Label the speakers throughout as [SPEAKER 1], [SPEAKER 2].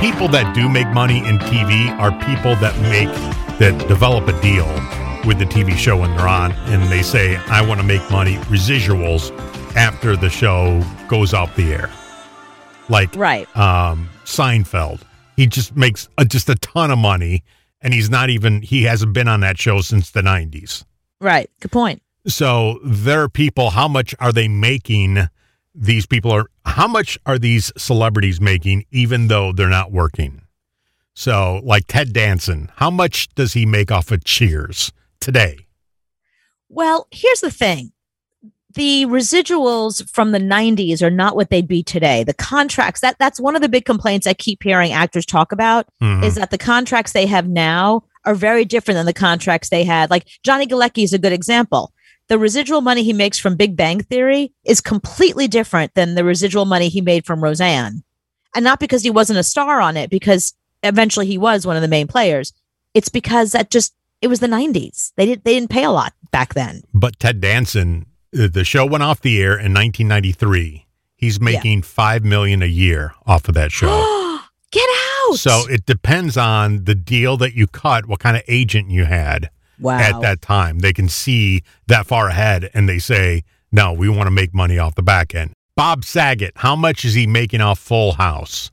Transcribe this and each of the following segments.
[SPEAKER 1] people that do make money in TV are people that make that develop a deal with the TV show when they're on, and they say, "I want to make money residuals after the show goes off the air." Like
[SPEAKER 2] Right.
[SPEAKER 1] um, Seinfeld, he just makes uh, just a ton of money, and he's not even he hasn't been on that show since the '90s.
[SPEAKER 2] Right. Good point.
[SPEAKER 1] So there are people. How much are they making? These people are. How much are these celebrities making, even though they're not working? So, like Ted Danson, how much does he make off of Cheers today?
[SPEAKER 2] Well, here's the thing. The residuals from the 90s are not what they'd be today. The contracts, that that's one of the big complaints I keep hearing actors talk about
[SPEAKER 1] Mhm.
[SPEAKER 2] is that the contracts they have now are very different than the contracts they had. Like Johnny Galecki is a good example. The residual money he makes from Big Bang Theory is completely different than the residual money he made from Roseanne. And not because he wasn't a star on it, because eventually he was one of the main players. It's because that just it was the 90s. They didn't they didn't pay a lot back then.
[SPEAKER 1] But Ted Danson, uh, the show went off the air in 1993. He's making five million a year off of that show.
[SPEAKER 2] Get out.
[SPEAKER 1] so it depends on the deal that you cut, what kind of agent you had.
[SPEAKER 2] wow.
[SPEAKER 1] at that time. They can see that far ahead and they say, no, we want to make money off the back end. Bob Saget, how much is he making off Full House?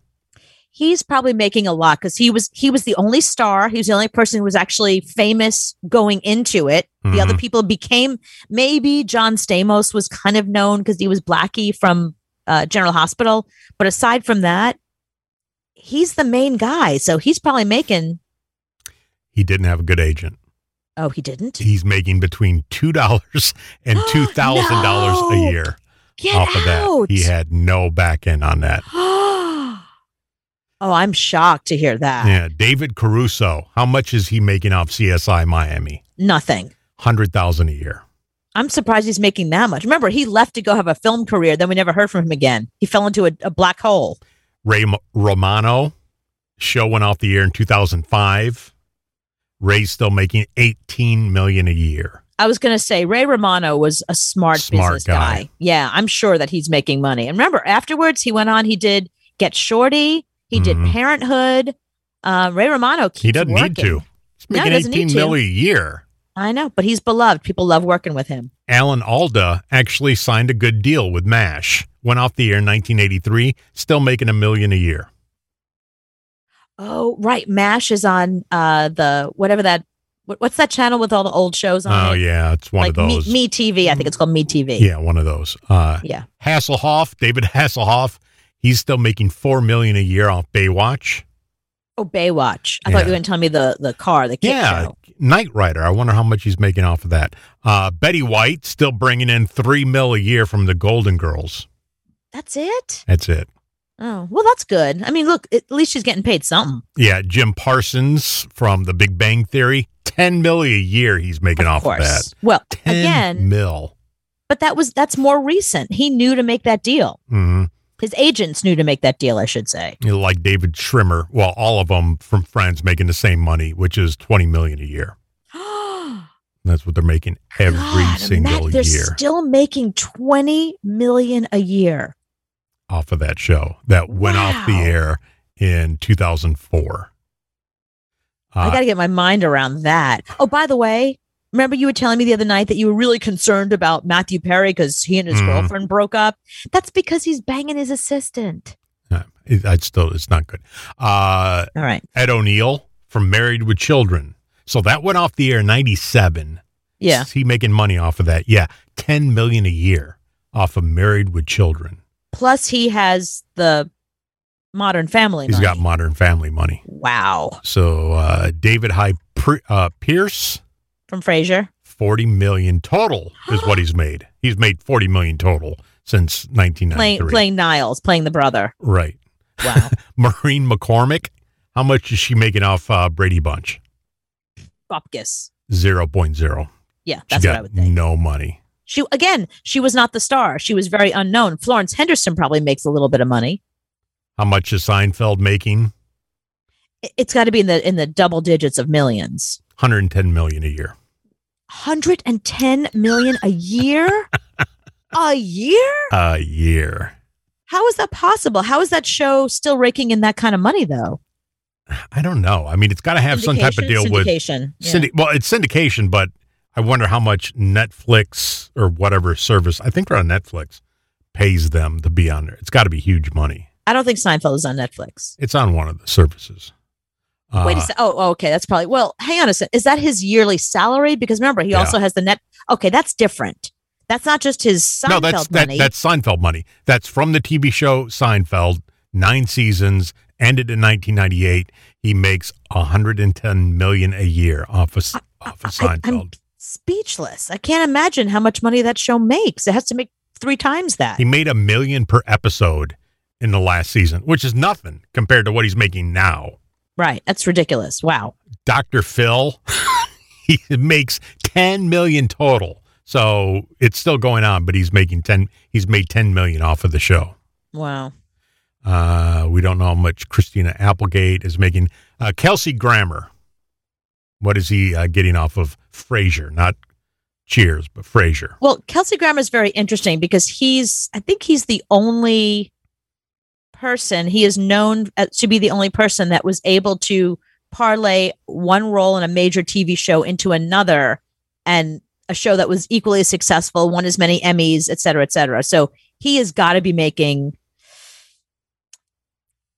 [SPEAKER 2] he's probably making a lot because he was he was the only star he was the only person who was actually famous going into it the other
[SPEAKER 1] Mhm.
[SPEAKER 2] people became maybe john stamos was kind of known because he was blackie from uh, general hospital but aside from that he's the main guy so he's probably making
[SPEAKER 1] He didn't have a good agent.
[SPEAKER 2] oh he didn't
[SPEAKER 1] He's making between two dollars and two thousand dollars
[SPEAKER 2] No!
[SPEAKER 1] a year
[SPEAKER 2] get
[SPEAKER 1] off of that.
[SPEAKER 2] out
[SPEAKER 1] He had no back end on that.
[SPEAKER 2] oh i'm shocked to hear that
[SPEAKER 1] Yeah. David Caruso, how much is he making off CSI Miami?
[SPEAKER 2] nothing
[SPEAKER 1] Hundred thousand a year.
[SPEAKER 2] I'm surprised he's making that much. Remember, he left to go have a film career. Then we never heard from him again. He fell into a, a black hole.
[SPEAKER 1] Ray M- Romano show went off the air in 2005. Ray's still making 18 million a year.
[SPEAKER 2] I was going to say Ray Romano was a smart,
[SPEAKER 1] Smart
[SPEAKER 2] business
[SPEAKER 1] guy.
[SPEAKER 2] guy. Yeah, I'm sure that he's making money. And remember, afterwards he went on. He did Get Shorty. He
[SPEAKER 1] Mhm.
[SPEAKER 2] did Parenthood. Uh, Ray Romano. Keeps
[SPEAKER 1] He doesn't need
[SPEAKER 2] working.
[SPEAKER 1] to. He's
[SPEAKER 2] No, he
[SPEAKER 1] making
[SPEAKER 2] doesn't need
[SPEAKER 1] 18
[SPEAKER 2] to.
[SPEAKER 1] million a year.
[SPEAKER 2] I know, but he's beloved. People love working with him.
[SPEAKER 1] Alan Alda actually signed a good deal with MASH. Went off the air in 1983, still making a million a year.
[SPEAKER 2] Oh, right. Mash is on uh, the whatever that. What, what's that channel with all the old shows on?
[SPEAKER 1] Oh,
[SPEAKER 2] it?
[SPEAKER 1] yeah. It's one
[SPEAKER 2] like
[SPEAKER 1] of those.
[SPEAKER 2] Me, Me TV. I think it's called Me TV.
[SPEAKER 1] Yeah, one of those. Uh,
[SPEAKER 2] Yeah.
[SPEAKER 1] Hasselhoff, David Hasselhoff, he's still making 4 million a year off Baywatch.
[SPEAKER 2] Oh, Baywatch. I
[SPEAKER 1] Yeah.
[SPEAKER 2] thought you were going to tell me the the car, the kick
[SPEAKER 1] Yeah,
[SPEAKER 2] show.
[SPEAKER 1] Knight Rider. I wonder how much he's making off of that. Uh, Betty White still bringing in three mil a year from the Golden Girls.
[SPEAKER 2] That's it.
[SPEAKER 1] That's it.
[SPEAKER 2] Oh, well, that's good. I mean, look, at least she's getting paid something.
[SPEAKER 1] Yeah, Jim Parsons from The Big Bang Theory, ten mil a year he's making
[SPEAKER 2] of
[SPEAKER 1] off
[SPEAKER 2] course.
[SPEAKER 1] of that.
[SPEAKER 2] Well,
[SPEAKER 1] Ten
[SPEAKER 2] again,
[SPEAKER 1] mil.
[SPEAKER 2] but that was that's more recent. He knew to make that deal.
[SPEAKER 1] hmm
[SPEAKER 2] His agents knew to make that deal. I should say.
[SPEAKER 1] You know, like David Schwimmer. Well, all of them from Friends making the same money, which is twenty million a year. That's what they're making every
[SPEAKER 2] God,
[SPEAKER 1] single
[SPEAKER 2] imagine- they're
[SPEAKER 1] year
[SPEAKER 2] still making twenty million a year.
[SPEAKER 1] off of that show that went off the
[SPEAKER 2] Wow.
[SPEAKER 1] air in two thousand four.
[SPEAKER 2] I
[SPEAKER 1] Uh,
[SPEAKER 2] got to get my mind around that. Oh, by the way, remember you were telling me the other night that you were really concerned about Matthew Perry because he and his
[SPEAKER 1] Mhm.
[SPEAKER 2] girlfriend broke up. That's because he's banging his assistant.
[SPEAKER 1] Uh, it, I still, it's not good. Uh,
[SPEAKER 2] All right.
[SPEAKER 1] Ed O'Neill from Married with Children. So that went off the air in 97.
[SPEAKER 2] Yeah.
[SPEAKER 1] Is he making money off of that? Yeah. 10 million a year off of Married with Children.
[SPEAKER 2] Plus, he has the Modern Family.
[SPEAKER 1] He's
[SPEAKER 2] money.
[SPEAKER 1] got modern family money.
[SPEAKER 2] wow
[SPEAKER 1] So, uh, David High Pri- uh, Pierce,
[SPEAKER 2] from Frasier.
[SPEAKER 1] 40 million total is what he's made. He's made 40 million total since
[SPEAKER 2] Playing
[SPEAKER 1] 1993.
[SPEAKER 2] playing Niles, playing the brother.
[SPEAKER 1] Right.
[SPEAKER 2] Wow.
[SPEAKER 1] Maureen McCormick. How much is she making off uh, Brady Bunch?
[SPEAKER 2] Bupkis.
[SPEAKER 1] 0.0.
[SPEAKER 2] Yeah,
[SPEAKER 1] She
[SPEAKER 2] that's what I
[SPEAKER 1] got
[SPEAKER 2] would think.
[SPEAKER 1] no money.
[SPEAKER 2] She again, she was not the star. She was very unknown. Florence Henderson probably makes a little bit of money.
[SPEAKER 1] How much is Seinfeld making?
[SPEAKER 2] I- It's got to be in the in the double digits of millions.
[SPEAKER 1] 110 million a year.
[SPEAKER 2] 110 million a year? a year?
[SPEAKER 1] A year.
[SPEAKER 2] How is that possible? How is that show still raking in that kind of money though?
[SPEAKER 1] I don't know. I mean, it's got to have some type of
[SPEAKER 2] Syndication?
[SPEAKER 1] deal with
[SPEAKER 2] syndication. Yeah.
[SPEAKER 1] Syndi- Well, it's syndication, but I wonder how much Netflix or whatever service I think they're on Netflix pays them to be on there. It's got to be huge money.
[SPEAKER 2] I don't think Seinfeld is on Netflix.
[SPEAKER 1] It's on one of the services. Uh,
[SPEAKER 2] Wait a second. Oh, oh, okay. That's probably. Well, hang on a second. Is that his yearly salary? Because remember, he
[SPEAKER 1] Yeah.
[SPEAKER 2] also has the net. Okay, that's different. That's not just his Seinfeld
[SPEAKER 1] no, that's that,
[SPEAKER 2] money.
[SPEAKER 1] that's Seinfeld money. That's from the TV show Seinfeld, nine seasons, ended in 1998. He makes 110 million a year off of, off of
[SPEAKER 2] I- I'm-
[SPEAKER 1] Seinfeld.
[SPEAKER 2] Speechless. I can't imagine how much money that show makes. It has to make three times that.
[SPEAKER 1] He made a million per episode in the last season, which is nothing compared to what he's making now.
[SPEAKER 2] right. That's ridiculous. Wow.
[SPEAKER 1] Dr. Phil, he makes 10 million total. So it's still going on, but he's making 10 he's made 10 million off of the show.
[SPEAKER 2] Wow.
[SPEAKER 1] Uh, we don't know how much Christina Applegate is making. Uh, Kelsey Grammer, what is he uh, getting off of Frasier? Not Cheers, but Frasier.
[SPEAKER 2] Well, Kelsey Grammer is very interesting because he's, I think he's the only person, he is known uh, to be the only person that was able to parlay one role in a major TV show into another and a show that was equally successful, won as many Emmys, et cetera, et cetera. So he has got to be making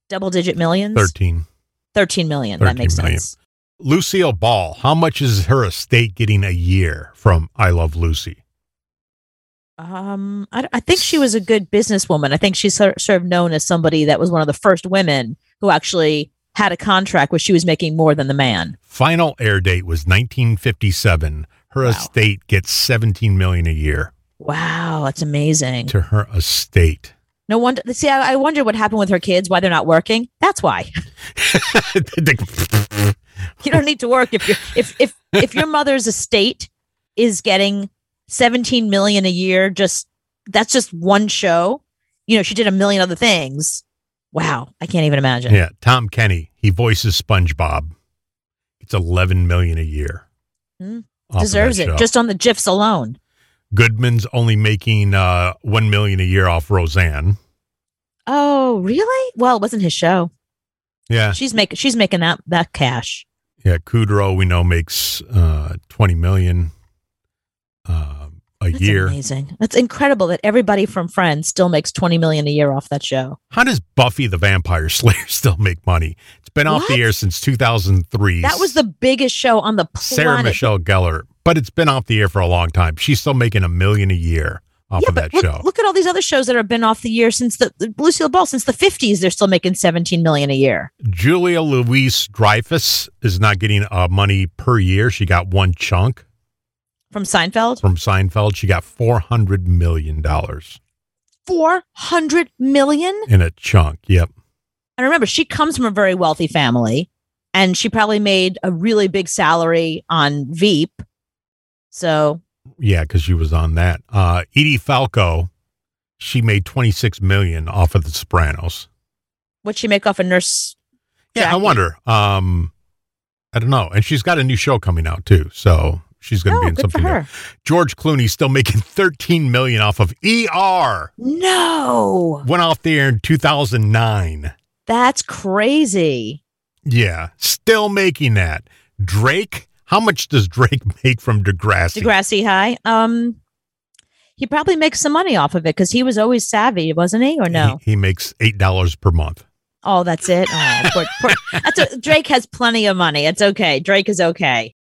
[SPEAKER 2] double digit millions.
[SPEAKER 1] 13.
[SPEAKER 2] 13 million.
[SPEAKER 1] 13
[SPEAKER 2] that makes
[SPEAKER 1] million.
[SPEAKER 2] sense.
[SPEAKER 1] Lucille Ball, how much is her estate getting a year from I Love Lucy?
[SPEAKER 2] Um, I, I think she was a good businesswoman. I think she's sort sort of known as somebody that was one of the first women who actually had a contract where she was making more than the man.
[SPEAKER 1] Final air date was 1957. Her
[SPEAKER 2] Wow.
[SPEAKER 1] estate gets 17 million a year
[SPEAKER 2] Wow, that's amazing.
[SPEAKER 1] to her estate.
[SPEAKER 2] No wonder. See, I, I wonder what happened with her kids, why they're not working. That's why you don't need to work if you're if if if your mother's estate is getting seventeen million a year. Just that's just one show. You know, she did a million other things. Wow, I can't even imagine.
[SPEAKER 1] yeah, Tom Kenny, he voices SpongeBob. It's 11 million a year.
[SPEAKER 2] Hmm.
[SPEAKER 1] off of
[SPEAKER 2] Deserves
[SPEAKER 1] that
[SPEAKER 2] it
[SPEAKER 1] show.
[SPEAKER 2] just on the gifs alone.
[SPEAKER 1] Goodman's only making uh, 1 million a year off Roseanne.
[SPEAKER 2] Oh, really? Well, it wasn't his show.
[SPEAKER 1] Yeah.
[SPEAKER 2] She's making she's making that that cash.
[SPEAKER 1] Yeah, Kudrow we know makes uh, 20 million uh, a
[SPEAKER 2] That's
[SPEAKER 1] year.
[SPEAKER 2] amazing. That's incredible that everybody from Friends still makes twenty million a year off that show.
[SPEAKER 1] How does Buffy the Vampire Slayer still make money? It's been off
[SPEAKER 2] What?
[SPEAKER 1] the air since 2003.
[SPEAKER 2] That was the biggest show on the planet.
[SPEAKER 1] Sarah Michelle Gellar, but it's been off the air for a long time. She's still making a million a year off
[SPEAKER 2] yeah,
[SPEAKER 1] of
[SPEAKER 2] but
[SPEAKER 1] that
[SPEAKER 2] look,
[SPEAKER 1] show.
[SPEAKER 2] look at all these other shows that have been off the year since the, the Lucille Ball since the fifties. They're still making seventeen million a year.
[SPEAKER 1] Julia Louise Dreyfus is not getting uh, money per year. She got one chunk
[SPEAKER 2] From Seinfeld,
[SPEAKER 1] from Seinfeld. She got four hundred million dollars
[SPEAKER 2] four hundred million.
[SPEAKER 1] in a chunk. Yep.
[SPEAKER 2] And remember, she comes from a very wealthy family, and she probably made a really big salary on Veep. So
[SPEAKER 1] Yeah, because she was on that. Uh, Edie Falco, she made twenty six million off of The Sopranos.
[SPEAKER 2] what'd she make off a nurse?
[SPEAKER 1] Yeah, I
[SPEAKER 2] Jackie.
[SPEAKER 1] wonder. Um, I don't know. And she's got a new show coming out too, so she's going to
[SPEAKER 2] No,
[SPEAKER 1] be in
[SPEAKER 2] Oh, good for
[SPEAKER 1] something. new.
[SPEAKER 2] her.
[SPEAKER 1] George Clooney's still making 13 million off of ER.
[SPEAKER 2] No,
[SPEAKER 1] Went off the air in 2009.
[SPEAKER 2] that's crazy.
[SPEAKER 1] Yeah, still making that. Drake, how much does Drake make from Degrassi?
[SPEAKER 2] Degrassi High. Um, he probably makes some money off of it because he was always savvy, wasn't he? Or no?
[SPEAKER 1] He, he makes eight dollars per month.
[SPEAKER 2] oh, that's it. Oh, poor- poor- that's a, Drake has plenty of money. It's okay. Drake is okay.